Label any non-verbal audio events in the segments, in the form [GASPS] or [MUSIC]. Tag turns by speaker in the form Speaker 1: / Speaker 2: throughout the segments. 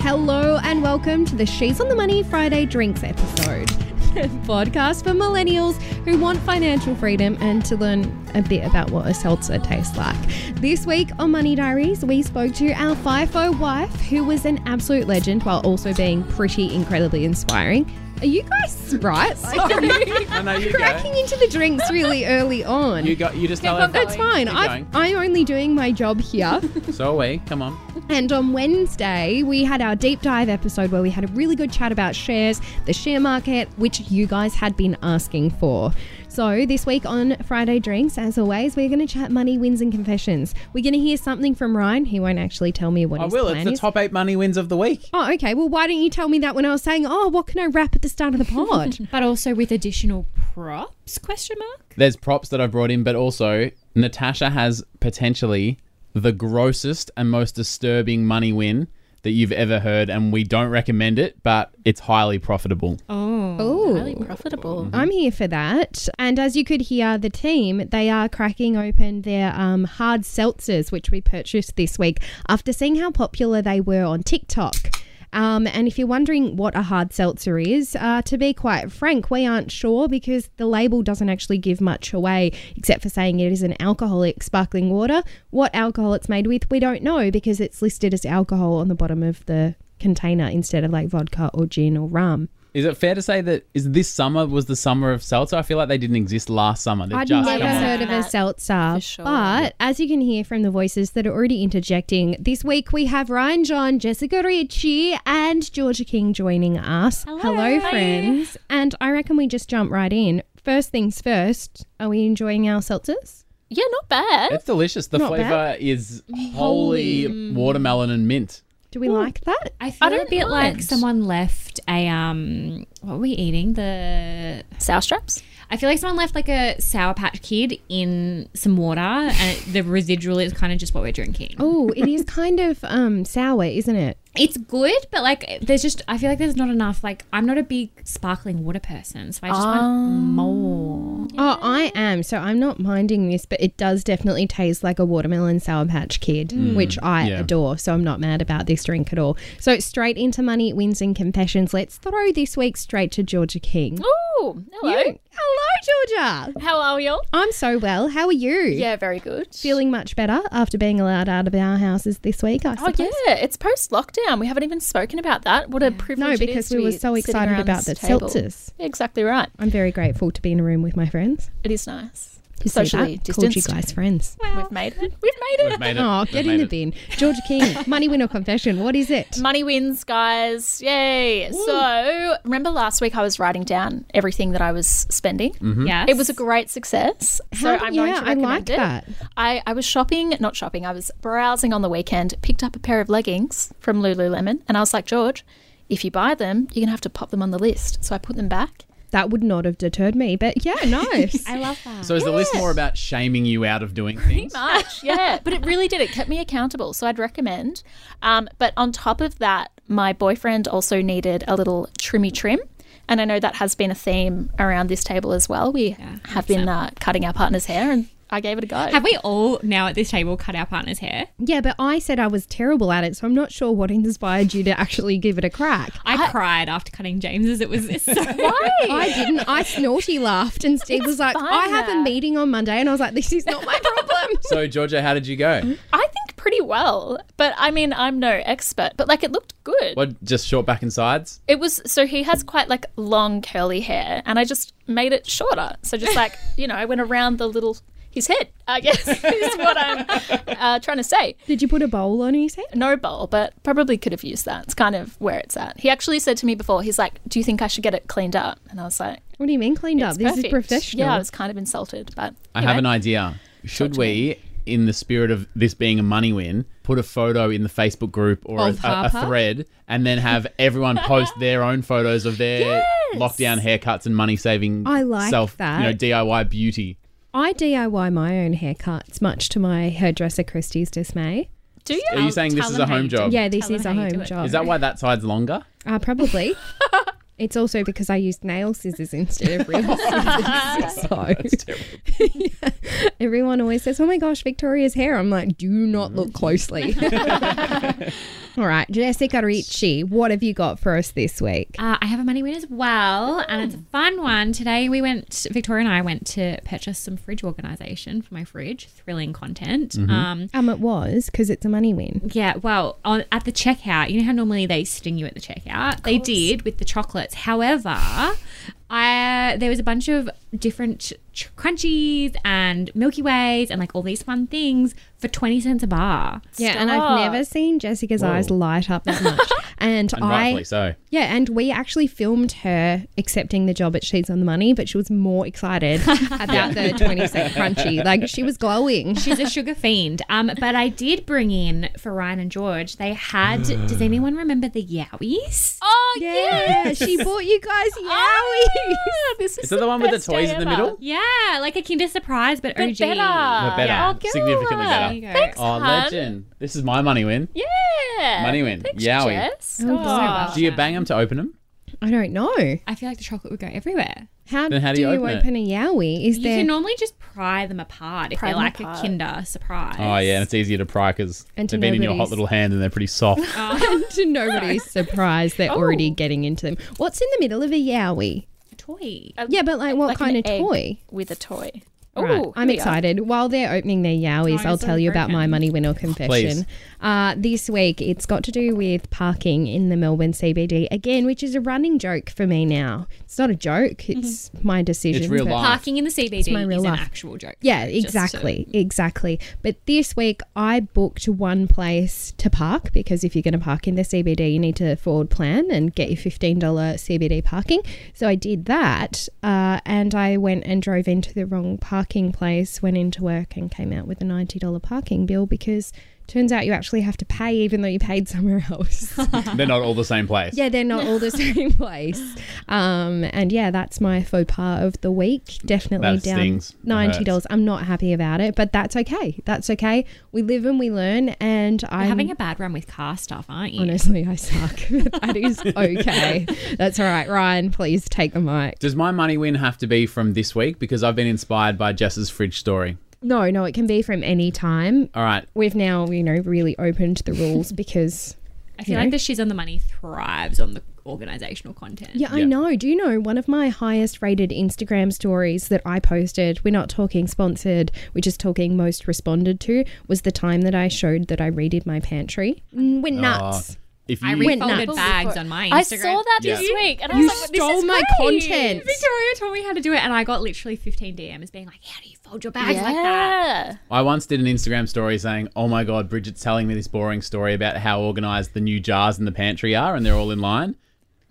Speaker 1: Hello and welcome to the She's on the Money Friday Drinks episode. the Podcast for millennials who want financial freedom and to learn a bit about what a seltzer tastes like. This week on Money Diaries, we spoke to our FIFO wife, who was an absolute legend while also being pretty incredibly inspiring. Are you guys
Speaker 2: [LAUGHS]
Speaker 1: sprites?
Speaker 2: No, no, you
Speaker 1: [LAUGHS] Cracking
Speaker 2: go.
Speaker 1: into the drinks really early on.
Speaker 2: You go. You just tell
Speaker 3: on
Speaker 1: That's
Speaker 2: everyone.
Speaker 1: fine.
Speaker 2: Keep
Speaker 1: I've,
Speaker 2: going.
Speaker 1: I'm only doing my job here.
Speaker 2: So away. Come on.
Speaker 1: And on Wednesday, we had our deep dive episode where we had a really good chat about shares, the share market, which you guys had been asking for. So, this week on Friday Drinks, as always, we're going to chat money wins and confessions. We're going to hear something from Ryan. He won't actually tell me what
Speaker 2: I
Speaker 1: his
Speaker 2: will. It's
Speaker 1: plan
Speaker 2: the
Speaker 1: is.
Speaker 2: top eight money wins of the week.
Speaker 1: oh, okay. Well, why didn't you tell me that when I was saying, oh, what can I wrap at the start of the
Speaker 2: [LAUGHS]
Speaker 1: pod?
Speaker 3: but also with additional props question mark
Speaker 2: There's props that I've brought in, but also Natasha has potentially the grossest and most disturbing money win that you've ever heard, and we don't recommend it, but it's highly profitable.
Speaker 3: oh
Speaker 1: Ooh.
Speaker 3: really profitable
Speaker 1: I'm here for that. And as you could hear, the team, they are cracking open their um, hard seltzers, which we purchased this week after seeing how popular they were on TikTok. Um, and if you're wondering what a hard seltzer is, uh, to be quite frank, we aren't sure because the label doesn't actually give much away except for saying it is an alcoholic sparkling water. What alcohol it's made with, we don't know because it's listed as alcohol on the bottom of the container instead of like vodka or gin or rum.
Speaker 2: Is it fair to say that is this summer was the summer of seltzer? I feel like they didn't exist last summer. They've
Speaker 1: I'd
Speaker 2: just
Speaker 1: never
Speaker 2: come on.
Speaker 1: heard of a
Speaker 3: Matt,
Speaker 1: seltzer.
Speaker 3: for sure.
Speaker 1: But as you can hear from the voices that are already interjecting, this week we have Ryan John, Jessica Ricci, and Georgia King joining us. Hello, friends. And I reckon we just jump right in. First things first, are we enjoying our seltzers?
Speaker 3: yeah not bad
Speaker 2: It's delicious. The
Speaker 1: Not
Speaker 2: flavor
Speaker 1: bad.
Speaker 2: is holy watermelon and mint.
Speaker 1: Do we like that?
Speaker 4: I
Speaker 3: I
Speaker 4: feel a
Speaker 3: don't
Speaker 4: bit like
Speaker 3: mind.
Speaker 4: someone left a um what were we eating? The
Speaker 3: sour straps
Speaker 4: I feel like someone left like a sour patch kid in some water and it, the residual is kind of just what we're drinking.
Speaker 1: Oh, it is kind of um, sour, isn't it?
Speaker 4: It's good, but like there's just I feel like there's not enough like I'm not a big sparkling water person, so I just
Speaker 3: Ah.
Speaker 4: want more.
Speaker 1: Oh, I am. So I'm not minding this, but it does definitely taste like a watermelon Sour Patch Kid, which I
Speaker 2: yeah.
Speaker 1: adore. So I'm not mad about this drink at all. So straight into money, wins, and confessions. Let's throw this week straight to Georgia King.
Speaker 3: oh hello
Speaker 1: You- Hello, Georgia.
Speaker 3: how are y'all
Speaker 1: I'm so well. How are you?
Speaker 3: yeah very good
Speaker 1: Feeling much better after being allowed out of our houses this week, I
Speaker 3: Oh
Speaker 1: suppose.
Speaker 3: yeah, it's post lockdown. We haven't even spoken about that. What a privilege!
Speaker 1: No,
Speaker 3: it is
Speaker 1: because
Speaker 3: to
Speaker 1: we were
Speaker 3: be
Speaker 1: so
Speaker 3: sitting
Speaker 1: excited
Speaker 3: around
Speaker 1: about the
Speaker 3: this table.
Speaker 1: seltzers.
Speaker 3: Exactly right.
Speaker 1: I'm very grateful to be in a room with my friends.
Speaker 3: It is nice.
Speaker 1: You see
Speaker 3: Socially
Speaker 1: that? Called you
Speaker 3: distanced.
Speaker 1: guys friends.
Speaker 3: We've made it. We've made it.
Speaker 2: We've made it.
Speaker 1: Oh,
Speaker 2: We've
Speaker 1: get
Speaker 2: made
Speaker 1: in the
Speaker 2: it.
Speaker 1: bin. Georgia King, money win or confession. What is it?
Speaker 3: Money wins, guys. Yay. So, remember last week I was writing down everything that I was spending?
Speaker 4: Yes.
Speaker 3: It was a great success. so,
Speaker 1: How-
Speaker 3: I'm
Speaker 1: yeah,
Speaker 3: going to
Speaker 1: I
Speaker 3: recommend
Speaker 1: like
Speaker 3: it.
Speaker 1: that.
Speaker 3: I, I was shopping, not shopping, I was browsing on the weekend, picked up a pair of leggings from Lululemon, and I was like, George, if you buy them, you're going to have to pop them on the list. So, I put them back.
Speaker 1: That would not have deterred me, but
Speaker 3: [LAUGHS]
Speaker 1: yeah, nice.
Speaker 4: I love that.
Speaker 2: So is the list more about shaming you out of doing things?
Speaker 3: much, yeah. [LAUGHS] But it really did. It kept me accountable. So I'd recommend. Um, but on top of that, my boyfriend also needed a little trimmy trim. And I know that has been a theme around this table as well. We have been uh, cutting our partner's hair, and I gave it a go.
Speaker 4: Have we all now at this table cut our partner's hair?
Speaker 1: yeah, but I said I was terrible at it, so I'm not sure what inspired you to actually give it a crack.
Speaker 4: I, cried after cutting James's. It was so
Speaker 3: [LAUGHS]
Speaker 1: I didn't. I snorty laughed, and Steve was like,
Speaker 3: fine
Speaker 1: I have a
Speaker 3: there."
Speaker 1: meeting on Monday, and I was like, this is
Speaker 3: [LAUGHS]
Speaker 1: not my problem.
Speaker 2: So Georgia, how did you go?
Speaker 3: I think pretty well. But I mean, I'm no expert, but like it looked good.
Speaker 2: What just short back and sides?
Speaker 3: It was so he has quite like long curly hair, and I just made it shorter. So
Speaker 1: [LAUGHS]
Speaker 3: just like you know, I went around the little his head. I guess is what I'm uh, trying to say.
Speaker 1: Did you put a bowl on his head?
Speaker 3: no bowl, but probably could have used that. It's kind of where it's at. He actually said to me before, he's like, "Do you think I should get it cleaned up?" And I was like,
Speaker 1: What do you mean cleaned up?
Speaker 3: "It's
Speaker 1: This is
Speaker 3: perfect."
Speaker 1: professional.
Speaker 3: Yeah, I was kind of insulted, but
Speaker 2: I have an idea. Should we, in the spirit of this being a money win, put a photo in the Facebook group or a,
Speaker 1: Of
Speaker 2: a, a
Speaker 1: Harper?
Speaker 2: thread and then have everyone post their own photos of their lockdown haircuts and money saving
Speaker 1: I like
Speaker 2: self,
Speaker 1: that.
Speaker 2: you know, DIY beauty.
Speaker 1: I DIY my own haircuts, much to my hairdresser Christie's dismay.
Speaker 3: Do you?
Speaker 2: Are you saying this
Speaker 4: tell
Speaker 2: is
Speaker 4: them
Speaker 2: a
Speaker 4: how
Speaker 2: home
Speaker 4: you do
Speaker 2: job?
Speaker 1: Yeah, this
Speaker 4: Tell them
Speaker 1: is a
Speaker 4: how you do
Speaker 1: home
Speaker 4: it.
Speaker 1: job.
Speaker 2: Is that why that side's longer?
Speaker 1: Uh, [LAUGHS] probably. it's also because [LAUGHS] I used nail scissors instead of real scissors. so. [LAUGHS] Everyone always says, "Oh my gosh, Victoria's hair." I'm like, "Do not look closely." Mm-hmm. [LAUGHS] All right, Jessica Ricci, what have you got for us this week?
Speaker 4: Uh, I have a money win as well, and it's a fun one. Today we went, Victoria and I went to purchase some fridge organization for my fridge. Thrilling content. Um,
Speaker 1: Um, it was because it's a money win.
Speaker 4: yeah, well, on, at the checkout, you know how normally they sting you at the checkout. They did with the chocolates. However, I there was a bunch of different ch- crunchies and Milky Ways and like all these fun things for twenty cents a bar.
Speaker 1: Yeah, and I've
Speaker 3: Stop.
Speaker 1: never seen Jessica's eyes light up that [LAUGHS] much. And,
Speaker 2: And
Speaker 1: I,
Speaker 2: rightfully so.
Speaker 1: yeah, and we actually filmed her accepting the job at She's on the Money, but she was more
Speaker 3: [LAUGHS]
Speaker 1: excited about the 20 cent crunchy. Like she was glowing.
Speaker 4: She's a sugar fiend. Um, but I did bring in for Ryan and George. They had.
Speaker 2: Uh.
Speaker 4: does anyone remember the Yowies?
Speaker 3: Oh
Speaker 1: Yeah,
Speaker 3: yes.
Speaker 1: she bought you guys Yowie.
Speaker 3: Ah, this is
Speaker 2: Is that the one with the
Speaker 3: best day
Speaker 2: toys in the
Speaker 3: ever.
Speaker 2: middle?
Speaker 4: Yeah, like a Kinder Surprise, but,
Speaker 3: But
Speaker 4: OG.
Speaker 3: better. Oh,
Speaker 2: But better.
Speaker 3: Yeah.
Speaker 2: Significantly
Speaker 4: There you
Speaker 2: better.
Speaker 4: go.
Speaker 3: Thanks,
Speaker 2: Oh,
Speaker 3: hun.
Speaker 2: legend. This is my money win.
Speaker 3: Yeah.
Speaker 2: Money win.
Speaker 3: Thanks,
Speaker 2: Yowie.
Speaker 3: Jess.
Speaker 1: Oh,
Speaker 3: Aw.
Speaker 2: Do you bang them to open them?
Speaker 1: I don't know.
Speaker 4: I feel like the chocolate would go everywhere.
Speaker 1: How,
Speaker 2: Then how
Speaker 1: do, you open,
Speaker 2: it?
Speaker 1: a Yowie? Is
Speaker 4: You
Speaker 1: there
Speaker 4: can normally just pry them apart if
Speaker 3: Pry
Speaker 4: they're
Speaker 3: them
Speaker 4: like
Speaker 3: apart.
Speaker 4: a Kinder Surprise.
Speaker 2: Oh, yeah. And it's easier to pry because
Speaker 1: And
Speaker 2: they've
Speaker 1: to
Speaker 2: been in your hot
Speaker 1: nobody's-
Speaker 2: little hand and they're
Speaker 1: [LAUGHS]
Speaker 2: pretty soft.
Speaker 3: [LAUGHS]
Speaker 1: to nobody's surprise they're already
Speaker 3: Oh.
Speaker 1: getting into them? What's in the middle of a Yowie?
Speaker 4: A toy.
Speaker 1: Yeah, but like what
Speaker 3: Like an
Speaker 1: kind of
Speaker 3: egg
Speaker 1: toy?
Speaker 3: With a toy.
Speaker 1: Right.
Speaker 3: Oh,
Speaker 1: I'm excited. While they're opening their yowies,
Speaker 4: Mine
Speaker 1: I'll
Speaker 4: is
Speaker 1: tell you about my
Speaker 4: unbroken.
Speaker 1: money winner confession.
Speaker 2: Please.
Speaker 1: Uh, this week, it's got to do with parking in the Melbourne CBD again, which is a running joke for me now. It's not a joke; it's my decision.
Speaker 2: It's real
Speaker 1: but-
Speaker 2: life.
Speaker 4: Parking in the CBD
Speaker 1: my real
Speaker 4: is
Speaker 1: life.
Speaker 4: an actual joke.
Speaker 1: Yeah,
Speaker 4: Just to-
Speaker 1: exactly, exactly. But this week, I booked one place to park because if you're going to park in the CBD, you need to forward plan and get your fifteen dollar CBD parking. So I did that, uh, and I went and drove into the wrong parking place, went into work, and came out with a ninety dollar parking bill because turns out you actually have to pay even though you paid somewhere [LAUGHS] else.
Speaker 2: they're not all the same place.
Speaker 1: yeah, they're not all the same place. Um, and yeah, that's my faux pas of the week. Definitely
Speaker 2: That
Speaker 1: down
Speaker 2: stings. It
Speaker 1: ninety dollars. I'm not happy about it, but that's okay. That's okay. We live and we learn. And
Speaker 4: You're
Speaker 1: I'm
Speaker 4: having a bad run with car stuff, aren't you?
Speaker 1: honestly, I suck. [LAUGHS] that is okay. that's all right, Ryan. Please take the mic.
Speaker 2: Does my money win have to be from this week? Because I've been inspired by Jess's fridge story.
Speaker 1: No, no, it can be from any time.
Speaker 2: All right.
Speaker 1: We've now, you know, really opened the rules because.
Speaker 4: I feel
Speaker 1: Yeah.
Speaker 4: like the Shiz on the Money thrives on the organizational content.
Speaker 1: Yeah, I
Speaker 2: Yeah.
Speaker 1: know. Do you know one of my highest rated Instagram stories that I posted? We're not talking sponsored, we're just talking most responded to, was the time that I showed that I raided my pantry. Mm,
Speaker 2: Ah.
Speaker 1: We're nuts.
Speaker 2: If you
Speaker 4: I
Speaker 1: went
Speaker 4: refolded
Speaker 1: nuts.
Speaker 4: bags on my Instagram.
Speaker 3: I saw that
Speaker 2: Yeah.
Speaker 3: this week, and I was
Speaker 1: You
Speaker 3: like, "This
Speaker 1: stole
Speaker 3: is
Speaker 1: my
Speaker 3: great."
Speaker 1: content.
Speaker 4: Victoria told me how to do it, and I got literally 15 DMs being like, "How do you fold your bags like that?"
Speaker 3: Yeah.
Speaker 2: I once did an Instagram story saying, "Oh my god, Bridget's telling me this boring story about how organized the new jars in the pantry are, and they're all in line."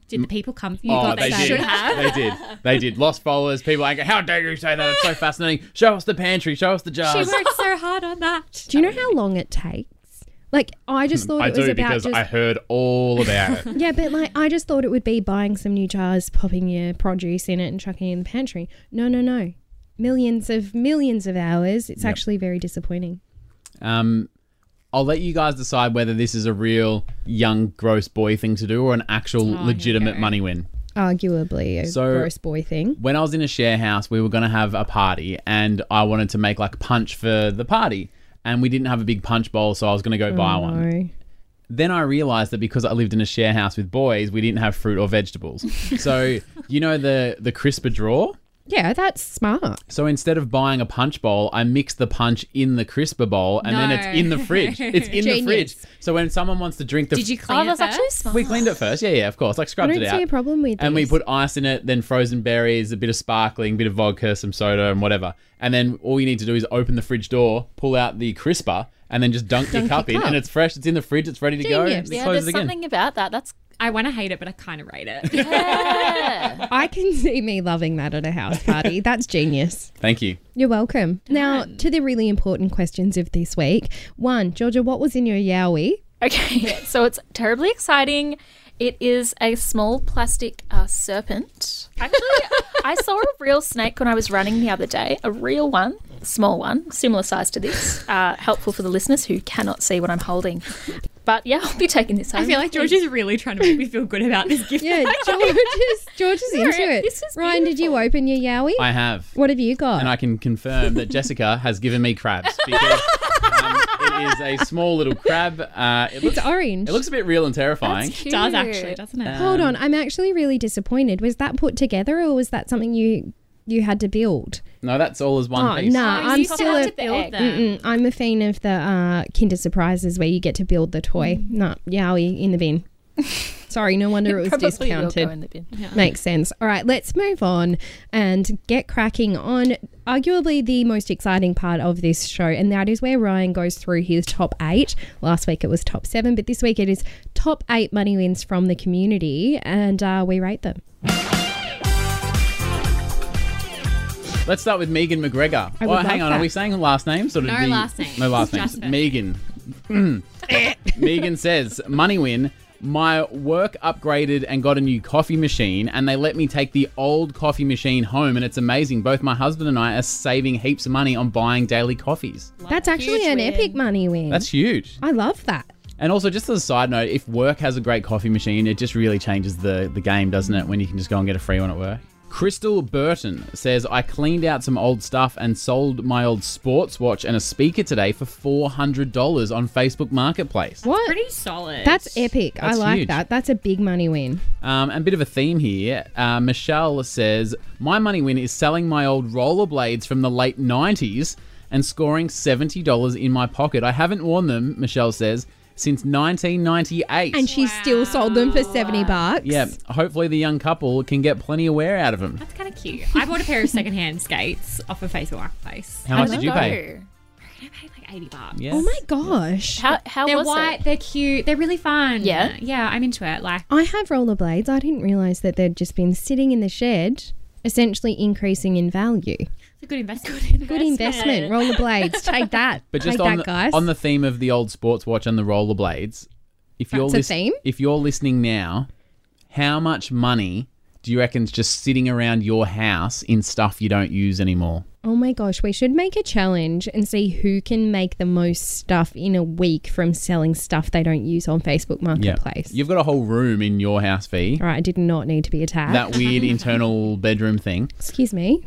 Speaker 4: Did the people come for you?
Speaker 2: oh,
Speaker 4: God,
Speaker 2: they
Speaker 4: should
Speaker 2: did.
Speaker 4: have.
Speaker 2: They did. They did. Lost followers. People angry. How dare you say that? It's so fascinating. Show us the pantry. Show us the
Speaker 4: She
Speaker 2: jars.
Speaker 4: worked so hard on that.
Speaker 1: Do you know how long it takes? Like, I just thought
Speaker 2: Hmm, I
Speaker 1: it was
Speaker 2: do
Speaker 1: about
Speaker 2: because
Speaker 1: just.
Speaker 2: I heard all about it.
Speaker 1: yeah, but like, I just thought it would be buying some new jars, popping your produce in it, and chucking it in the pantry. No, no, no. Millions of millions of hours. It's actually very disappointing.
Speaker 2: Um, I'll let you guys decide whether this is a real young gross boy thing to do or an actual
Speaker 4: here we
Speaker 2: legitimate
Speaker 4: go.
Speaker 2: money win.
Speaker 1: Arguably a
Speaker 2: So-
Speaker 1: gross boy thing.
Speaker 2: when I was in a share house, we were going to have a party and I wanted to make like punch for the party. And we didn't have a big punch bowl, so I was going to go buy
Speaker 4: Mm.
Speaker 2: one.
Speaker 1: No.
Speaker 2: Then I realized that because I lived in a share house with boys, we didn't have fruit or
Speaker 4: [LAUGHS]
Speaker 2: vegetables. so, you know, the, the crisper drawer?
Speaker 1: Yeah, that's smart.
Speaker 2: So instead of buying a punch bowl, I mix the punch in the crisper bowl and then
Speaker 4: No.
Speaker 2: it's in the fridge.
Speaker 4: [LAUGHS]
Speaker 2: It's in the
Speaker 1: Genius.
Speaker 2: fridge. So when someone wants to drink the.
Speaker 4: Did you clean
Speaker 3: Oh,
Speaker 4: it
Speaker 3: that's
Speaker 4: first?
Speaker 3: actually smart.
Speaker 2: we cleaned it first. Yeah, yeah, of course.
Speaker 1: I
Speaker 2: Like scrubbed
Speaker 1: don't
Speaker 2: it out.
Speaker 1: see a problem with
Speaker 2: And we
Speaker 1: this.
Speaker 2: put ice in it, then frozen berries, a bit of sparkling, bit of vodka, some soda, and whatever. And then all you need to do is open the fridge door, pull out the crisper, and then just dunk, your
Speaker 1: Dunk
Speaker 2: cup
Speaker 1: your
Speaker 2: in.
Speaker 1: cup.
Speaker 2: And it's fresh, it's in the fridge, it's ready to go.
Speaker 1: Genius.
Speaker 2: And
Speaker 3: Yeah,
Speaker 2: close
Speaker 3: there's
Speaker 2: it again.
Speaker 3: something about that. That's [LAUGHS]
Speaker 4: I want to hate it, but I kind of rate it.
Speaker 3: yeah.
Speaker 1: I can [LAUGHS] see me loving that at a house party. That's genius.
Speaker 2: Thank you.
Speaker 1: You're welcome. Now, to the really important questions of this week. One, Georgia, what was in your yowie?
Speaker 3: Okay, so it's terribly exciting. It is a small plastic uh, serpent. Actually, I saw a real snake when I was running the other day, a real one, small one, similar size to this. Uh, helpful for the listeners who cannot see what I'm holding. But yeah, I'll be taking this home.
Speaker 4: I feel like George is really trying to make me feel good about this
Speaker 1: [LAUGHS]
Speaker 4: gift.
Speaker 1: Yeah, George is, George is into it.
Speaker 3: this is
Speaker 1: Ryan, did you
Speaker 3: beautiful.
Speaker 1: open your Yowie?
Speaker 2: I have.
Speaker 1: what have you got?
Speaker 2: and I can confirm that Jessica has given me crabs because um, it is a small little crab. Uh, it looks
Speaker 1: it's orange.
Speaker 2: it looks um, a bit real and terrifying.
Speaker 3: That's
Speaker 4: It does actually,
Speaker 3: cute.
Speaker 4: doesn't it?
Speaker 1: Hold on, I'm actually really disappointed. Was that put together or was that something you you had to build?
Speaker 2: No, that's all as one
Speaker 1: Oh,
Speaker 2: piece.
Speaker 1: nah. I'm
Speaker 4: you
Speaker 1: still
Speaker 4: have
Speaker 1: a-
Speaker 4: to build
Speaker 3: egg.
Speaker 4: them.
Speaker 1: Mm, I'm a fan of the uh, Kinder Surprises where you get to build the toy.
Speaker 3: Mm-hmm.
Speaker 1: No, Yowie in the bin. Sorry, no
Speaker 3: [LAUGHS]
Speaker 1: wonder it was
Speaker 3: Probably will go
Speaker 1: discounted.
Speaker 3: in the bin.
Speaker 1: Makes sense. All right, let's move on and get cracking on arguably the most exciting part of this show, and that is where Ryan goes through his top eight. Last week it was top seven, but this week it is top eight money wins from the community, and uh, we rate them.
Speaker 2: Let's start with Megan McGregor.
Speaker 1: I would
Speaker 2: Oh, hang
Speaker 1: love
Speaker 2: on.
Speaker 1: that.
Speaker 2: Are we saying last names? Or did
Speaker 4: No
Speaker 2: we-
Speaker 4: last names.
Speaker 2: No last
Speaker 4: Just
Speaker 2: names.
Speaker 4: first.
Speaker 2: Megan. [CLEARS THROAT] Megan says, money win. My work upgraded and got a new coffee machine, and they let me take the old coffee machine home, and it's amazing. Both my husband and I are saving heaps of money on buying daily coffees.
Speaker 1: That's actually
Speaker 3: Huge
Speaker 1: an
Speaker 3: win.
Speaker 1: epic money win.
Speaker 2: That's huge.
Speaker 1: I love that.
Speaker 2: And also, just as a side note, if work has a great coffee machine, it just really changes the, the game, doesn't it? When you can just go and get a free one at work. Crystal Burton says, I cleaned out some old stuff and sold my old sports watch and a speaker today for $400 on Facebook Marketplace.
Speaker 1: What?
Speaker 4: Pretty solid.
Speaker 1: That's epic. I
Speaker 2: That's
Speaker 1: like
Speaker 2: huge.
Speaker 1: that. That's a big money win.
Speaker 2: Um, and a bit of a theme here. Uh, Michelle says, My money win is selling my old rollerblades from the late 90s and scoring $70 in my pocket. I haven't worn them, Michelle says, since 1998.
Speaker 1: And she still sold them for 70 bucks.
Speaker 2: Yeah, hopefully the young couple can get plenty of wear out of them.
Speaker 4: That's kind of cute. I bought a pair of secondhand skates off of Facebook Marketplace.
Speaker 2: How much did you pay?
Speaker 4: I paid like eighty bucks.
Speaker 2: Yeah.
Speaker 1: Oh my gosh.
Speaker 3: How, how
Speaker 4: They're
Speaker 3: was
Speaker 4: white.
Speaker 3: it?
Speaker 4: They're cute. They're really fun.
Speaker 3: Yeah?
Speaker 4: Yeah. I'm into it. Like
Speaker 1: I have rollerblades. I didn't realize that they'd just been sitting in the shed, essentially increasing in value.
Speaker 4: it's a good investment.
Speaker 1: Good investment. Rollerblades. Take that.
Speaker 2: [LAUGHS] But just
Speaker 1: Take
Speaker 2: on
Speaker 1: that,
Speaker 2: the,
Speaker 1: guys.
Speaker 2: on the theme of the old sports watch and the rollerblades, if you're
Speaker 1: That's a
Speaker 2: lis-
Speaker 1: theme?
Speaker 2: if you're listening now, how much money do you reckon's just sitting around your house in stuff you don't use anymore?
Speaker 1: oh my gosh, we should make a challenge and see who can make the most stuff in a week from selling stuff they don't use on Facebook Marketplace.
Speaker 2: You've got a whole room in your house, V.
Speaker 1: All right, I did not need to be attacked. [LAUGHS]
Speaker 2: That weird internal bedroom thing.
Speaker 1: Excuse me.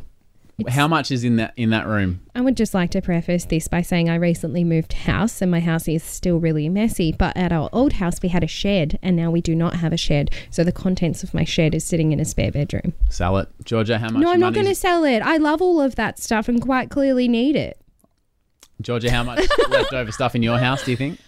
Speaker 2: How much is in that in that room?
Speaker 1: I would just like to preface this by saying I recently moved house and my house is still really messy. But at our old house, we had a shed and now we do not have a shed. So the contents of my shed is sitting in a spare bedroom.
Speaker 2: Sell it, Georgia. How much?
Speaker 1: no, I'm not
Speaker 2: money's-
Speaker 1: going to sell it. I love all of that stuff and quite clearly need it.
Speaker 2: Georgia,
Speaker 1: [LAUGHS]
Speaker 2: how much leftover stuff in your house do you think,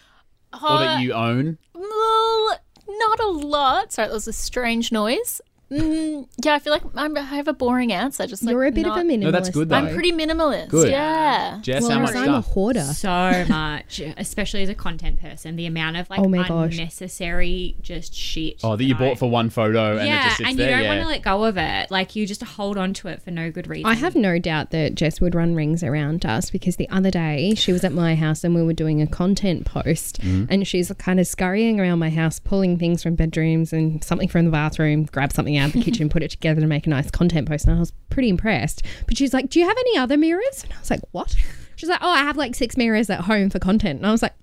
Speaker 2: or
Speaker 3: Uh,
Speaker 2: that you own?
Speaker 3: Well, not a lot. Sorry, that was a strange noise. Mm, yeah, I feel like I'm, I have a boring answer. Just like
Speaker 1: You're a bit
Speaker 3: not-
Speaker 1: of a minimalist.
Speaker 2: that's good, though.
Speaker 3: I'm pretty minimalist.
Speaker 2: Good.
Speaker 3: Yeah.
Speaker 2: Jess,
Speaker 1: Well,
Speaker 2: how much
Speaker 1: whereas I'm a
Speaker 2: stuff?
Speaker 1: hoarder. [LAUGHS]
Speaker 4: So much, especially as a content person, the amount of like
Speaker 1: Oh my gosh.
Speaker 4: unnecessary just shit.
Speaker 2: Oh, that you
Speaker 4: I-
Speaker 2: bought for one photo and it
Speaker 4: yeah,
Speaker 2: just sits
Speaker 4: and you
Speaker 2: there.
Speaker 4: don't
Speaker 2: yeah.
Speaker 4: want to let go of it. Like you just hold on to it for no good reason.
Speaker 1: I have no doubt that Jess would run rings around us because the other day she was at my house and we were doing a content post and she's kind of scurrying around my house, pulling things from bedrooms and something from the bathroom, grab something out of the kitchen, put it together to make a nice content post. And I was pretty impressed. But she's like, Do you have any other mirrors? And I was like, What? She's like, Oh, I have like six mirrors at home for content. And I was like,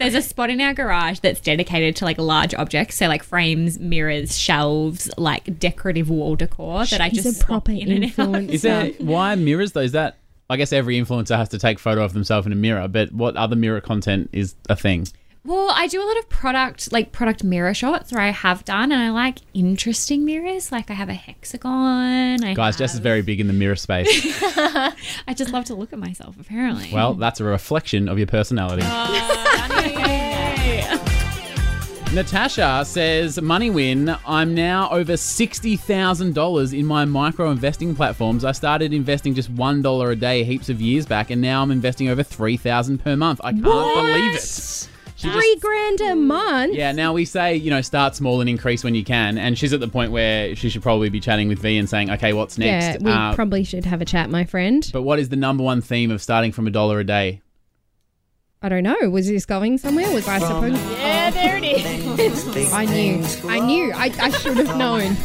Speaker 4: There's a spot in our garage that's dedicated to like large objects, so like frames, mirrors, shelves, like decorative wall decor that I
Speaker 1: She's
Speaker 4: just
Speaker 1: a proper
Speaker 4: swap in and out.
Speaker 2: Is
Speaker 1: influencer.
Speaker 2: there why mirrors though? Is that I guess every influencer has to take photo of themselves in a mirror, but what other mirror content is a thing?
Speaker 4: Well, I do a lot of product like product mirror shots, or I have done, and I like interesting mirrors. Like I have a hexagon. I
Speaker 2: Guys, Jess is
Speaker 4: have-
Speaker 2: very big in the mirror space.
Speaker 4: I just love to look at myself. Apparently.
Speaker 2: well, that's a reflection of your personality.
Speaker 1: Oh,
Speaker 2: Natasha says, Money win. I'm now over $60,000 in my micro investing platforms. I started investing just $1 a day heaps of years back, and now I'm investing over 3000 per month. I can't believe it. She just-
Speaker 1: Three grand a month.
Speaker 2: Yeah, now we say, you know, start small and increase when you can. And she's at the point where she should probably be chatting with V and saying, okay, what's
Speaker 1: Yeah,
Speaker 2: next?
Speaker 1: we
Speaker 2: Uh,
Speaker 1: probably should have a chat, my friend.
Speaker 2: but what is the number one theme of starting from a dollar a day?
Speaker 1: I don't know. Was this going somewhere? Was I supposed?
Speaker 3: Yeah, there it
Speaker 2: [LAUGHS]
Speaker 3: is.
Speaker 1: I knew. I knew. I, I should [LAUGHS] have known.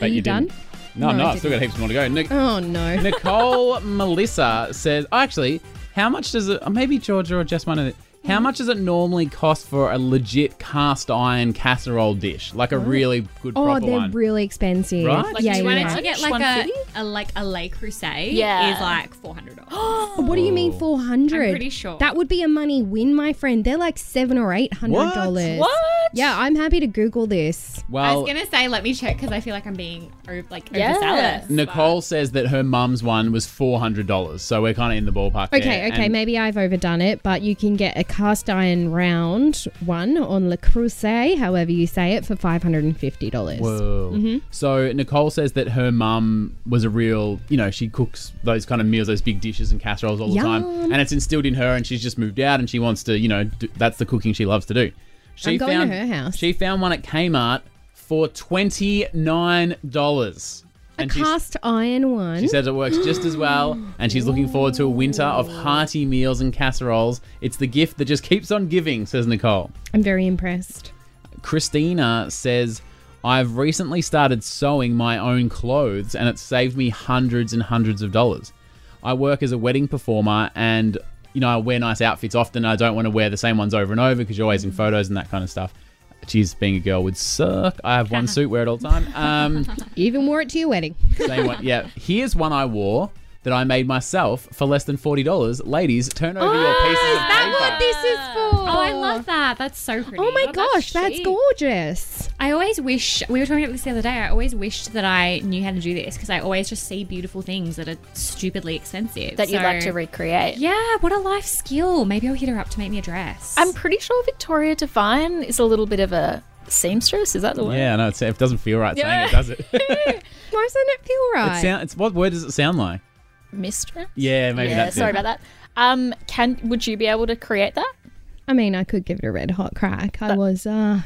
Speaker 2: But
Speaker 1: you
Speaker 2: didn't.
Speaker 1: done?
Speaker 2: No,
Speaker 1: No,
Speaker 2: no,
Speaker 1: I
Speaker 2: I've still got heaps more to go. Nic-
Speaker 1: Oh no.
Speaker 2: [LAUGHS] Nicole Melissa says, oh, actually, how much does it, oh, maybe Georgia or Jess, one of the, How much does it normally cost for a legit cast iron casserole dish, like a really good
Speaker 1: Oh,
Speaker 2: proper
Speaker 1: they're
Speaker 2: one?
Speaker 1: really expensive.
Speaker 2: Right? Like,
Speaker 4: Like,
Speaker 1: yeah,
Speaker 4: do you
Speaker 1: yeah.
Speaker 4: want
Speaker 1: yeah.
Speaker 4: to get
Speaker 3: Lunch,
Speaker 4: like a,
Speaker 3: 150?
Speaker 4: a like a lay crusade?
Speaker 3: Yeah.
Speaker 4: is like four
Speaker 1: [GASPS]
Speaker 4: hundred dollars.
Speaker 1: What do you mean
Speaker 2: Oh.
Speaker 1: four hundred?
Speaker 4: I'm pretty sure.
Speaker 1: that would be a money win, my friend. They're like seven or eight hundred
Speaker 2: What?
Speaker 1: dollars.
Speaker 3: What?
Speaker 1: Yeah, I'm happy to Google this.
Speaker 4: I
Speaker 2: Well,
Speaker 4: was gonna say, let me check because I feel like I'm being over, like
Speaker 3: Yeah.
Speaker 4: overzealous.
Speaker 2: Nicole says that her mum's one was four hundred dollars, so we're kind of in the ballpark.
Speaker 1: Okay,
Speaker 2: there.
Speaker 1: okay,
Speaker 2: And
Speaker 1: maybe I've overdone it, but you can get a cast iron round one on Le Creuset, however you say it, for five hundred and fifty dollars.
Speaker 2: Whoa.
Speaker 1: Mm-hmm.
Speaker 2: So Nicole says that her mum was a real, you know, she cooks those kind of meals, those big dishes and casseroles all the time,
Speaker 1: Yum.
Speaker 2: and it's instilled in her. And she's just moved out, and she wants to, you know, do, that's the cooking she loves to do. She
Speaker 1: I'm going to her house.
Speaker 2: She found one at Kmart for twenty nine dollars.
Speaker 1: A
Speaker 2: And she's-
Speaker 1: cast iron one.
Speaker 2: She says it works just as well, and she's looking forward to a winter of hearty meals and casseroles. It's the gift that just keeps on giving, says Nicole.
Speaker 1: I'm very impressed.
Speaker 2: Christina says, I've recently started sewing my own clothes and it saved me hundreds and hundreds of dollars. I work as a wedding performer and, you know, I wear nice outfits often. I don't want to wear the same ones over and over because you're always in
Speaker 1: Mm.
Speaker 2: photos and that kind of stuff. She's being a girl would suck. I have
Speaker 1: Uh-huh.
Speaker 2: one suit, wear it all the time.
Speaker 1: [LAUGHS]
Speaker 2: Um,
Speaker 1: You even wore it to your wedding.
Speaker 2: same one. Yeah. Here's one I wore that I made myself for less than $40. Ladies, turn over your pieces of paper.
Speaker 1: Ah, that what this is for?
Speaker 4: Oh, I love that. That's so pretty.
Speaker 1: Oh my
Speaker 4: That's
Speaker 1: gosh, that's
Speaker 4: chic.
Speaker 1: gorgeous.
Speaker 4: I always wish we were talking about this the other day. I always wished that I knew how to do this because I always just see beautiful things that are stupidly expensive
Speaker 3: that you'd
Speaker 4: So-
Speaker 3: like to recreate.
Speaker 4: Yeah, what a life skill. Maybe I'll hit her up to make me a dress.
Speaker 3: I'm pretty sure Victoria Devine is a little bit of a seamstress. Is that the word?
Speaker 2: Yeah, no, it's, it doesn't feel right saying
Speaker 3: Yeah.
Speaker 2: it, does it? [LAUGHS] it
Speaker 1: Why doesn't it feel right?
Speaker 2: sound, it's what word does it sound like?
Speaker 3: Mistress.
Speaker 2: Yeah, maybe
Speaker 3: yeah,
Speaker 2: that's
Speaker 3: sorry
Speaker 2: it.
Speaker 3: about that. Um, can would you be able to create that?
Speaker 1: I mean, I could give it a red hot crack. I was, uh,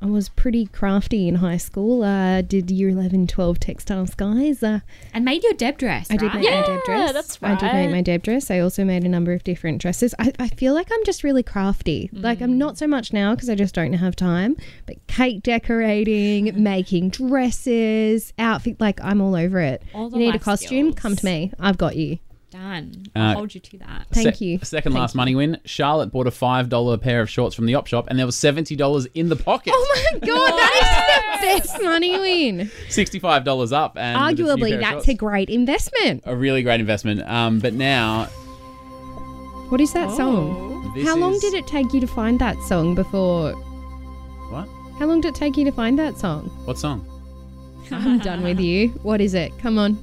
Speaker 1: I was pretty crafty in high school. Uh, did year 11, 12 textile skies. Uh,
Speaker 4: and made your Deb dress.
Speaker 1: I did
Speaker 4: right?
Speaker 1: make my deb dress.
Speaker 3: Yeah, that's
Speaker 1: I did make
Speaker 3: right.
Speaker 1: my deb dress. I also made a number of different dresses. I, I feel like I'm just really crafty. Like
Speaker 4: Mm.
Speaker 1: I'm not so much now because I just don't have time. But cake
Speaker 4: [LAUGHS]
Speaker 1: decorating, making dresses, outfit. Like I'm all over it.
Speaker 4: All the
Speaker 1: you need a
Speaker 4: life
Speaker 1: costume? Come
Speaker 4: skills.
Speaker 1: to me. I've got you.
Speaker 4: Done.
Speaker 2: Uh,
Speaker 4: I'll hold you to that.
Speaker 1: Thank
Speaker 2: Se-
Speaker 1: you.
Speaker 2: Second last money win. Charlotte bought a five dollar pair of shorts from the op shop, and there was seventy dollars in the pocket.
Speaker 1: Oh my god, that is the best money win.
Speaker 2: Sixty five dollars up, and
Speaker 1: Arguably, that's a
Speaker 2: a,
Speaker 1: great investment.
Speaker 2: a really great investment. Um, but now
Speaker 1: What is that song?
Speaker 4: Oh.
Speaker 2: this
Speaker 1: How long
Speaker 2: is-
Speaker 1: did it take you to find that song before?
Speaker 2: What?
Speaker 1: How long did it take you to find that song?
Speaker 2: What song?
Speaker 1: I'm done with you. What is it? Come on.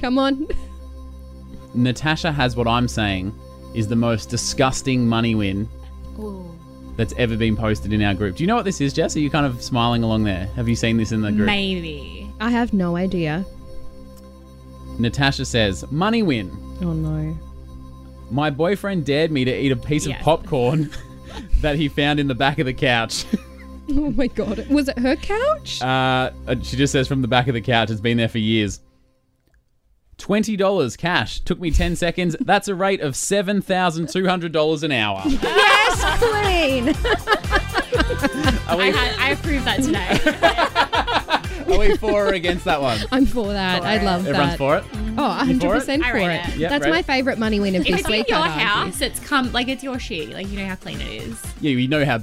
Speaker 1: Come on.
Speaker 2: Natasha has what I'm saying is the most disgusting money win that's ever been posted in our group. Do you know what this is, Jess? Are you kind of smiling along there? Have you seen this in the group?
Speaker 4: Maybe.
Speaker 1: I have no idea.
Speaker 2: Natasha says, "Money win."
Speaker 1: Oh no.
Speaker 2: My boyfriend dared me to eat a piece
Speaker 4: Yes.
Speaker 2: of popcorn [LAUGHS] that he found in the back of the couch.
Speaker 1: [LAUGHS] Oh my god. Was it her couch?
Speaker 2: Uh, she just says from the back of the couch, it's been there for years. Twenty dollars cash took me ten seconds. That's a rate of seven thousand two hundred dollars an hour.
Speaker 1: yes, Queen.
Speaker 2: Are
Speaker 4: I,
Speaker 2: we,
Speaker 4: had, I approved that today.
Speaker 2: are we for or against that one?
Speaker 1: I'm for that. I love
Speaker 2: Everyone's
Speaker 1: that.
Speaker 2: for it.
Speaker 1: Oh,
Speaker 2: You for
Speaker 1: 100%
Speaker 2: it?
Speaker 1: for it.
Speaker 4: I rate it.
Speaker 2: Yep,
Speaker 1: That's
Speaker 2: rate
Speaker 1: my
Speaker 2: it.
Speaker 1: favorite money win of
Speaker 4: if
Speaker 1: this
Speaker 4: it's in
Speaker 1: week.
Speaker 4: your
Speaker 1: I'd argue.
Speaker 4: house, it's come like it's your shit. Like you know how clean it is,
Speaker 2: Yeah, you know how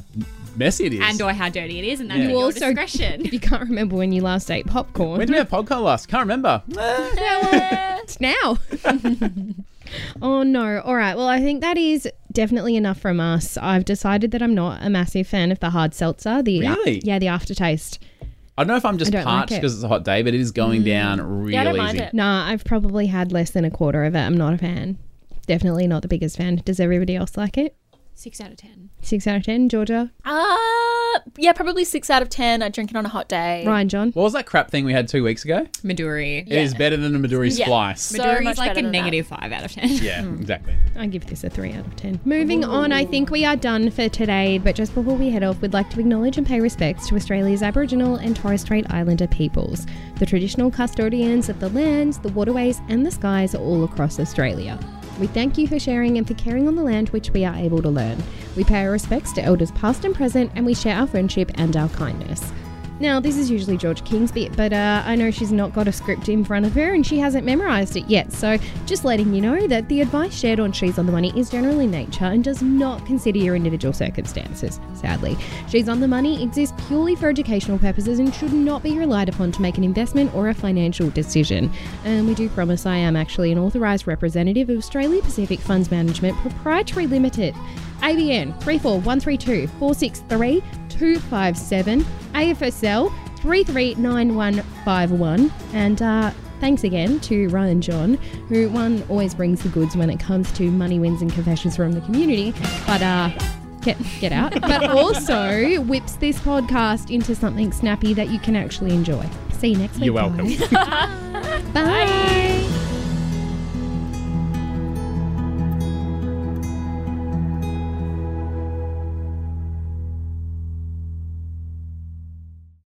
Speaker 2: messy it is.
Speaker 4: and or how dirty it is, and that's
Speaker 2: Yeah.
Speaker 4: at
Speaker 2: You
Speaker 4: your
Speaker 1: also-
Speaker 4: discretion. [LAUGHS]
Speaker 1: If you can't remember when you last ate popcorn,
Speaker 2: when did we have podcast last? Can't remember.
Speaker 3: Uh,
Speaker 1: It's now. [LAUGHS] oh no. All right. Well, I think that is definitely enough from us. I've decided that I'm not a massive fan of the hard seltzer. The
Speaker 2: Really?
Speaker 1: yeah, the aftertaste.
Speaker 2: I don't know if I'm just
Speaker 1: I don't like
Speaker 2: parched
Speaker 1: it.
Speaker 2: because it's a hot day, but it is going down real
Speaker 3: Mm. Yeah, I don't mind
Speaker 2: easy.
Speaker 3: it.
Speaker 1: Nah, I've probably had less than a quarter of it. I'm not a fan. Definitely not the biggest fan. Does everybody else like it?
Speaker 4: Six out of ten.
Speaker 1: Six out of ten, Georgia,
Speaker 3: Uh, yeah, probably six out of ten. I drink it on a hot day.
Speaker 1: Ryan, John.
Speaker 2: What was that crap thing we had two weeks ago?
Speaker 4: Maduri.
Speaker 2: It is better than a Midori
Speaker 3: Yeah. Mm.
Speaker 2: splice.
Speaker 3: So
Speaker 4: Maduri's
Speaker 3: much
Speaker 4: like
Speaker 3: better
Speaker 4: a
Speaker 3: than that.
Speaker 4: negative five out of ten.
Speaker 2: Yeah, exactly.
Speaker 1: I give this a 3 out of 10. Moving on, I think we are done for today, but just before we head off, we'd like to acknowledge and pay respects to Australia's Aboriginal and Torres Strait Islander peoples, the traditional custodians of the lands, the waterways, and the skies all across Australia. We thank you for sharing and for caring on the land which we are able to learn. We pay our respects to elders past and present, and we share our friendship and our kindness. Now, this is usually George King's bit, but uh, I know she's not got a script in front of her and she hasn't memorised it yet. So, just letting you know that the advice shared on She's on the Money is generally nature and does not consider your individual circumstances, sadly. She's on the Money exists purely for educational purposes and should not be relied upon to make an investment or a financial decision. And we do promise I am actually an authorised representative of Australia Pacific Funds Management Proprietary Limited. ABN 34132 463 257 AFSL 339151. And uh, thanks again to Ryan John, who one always brings the goods when it comes to money wins and confessions from the community. But uh, get get out, [LAUGHS] but also whips this podcast
Speaker 3: [LAUGHS]
Speaker 1: into something snappy that you can actually enjoy. See you next week.
Speaker 2: You're welcome.
Speaker 1: guys. Bye.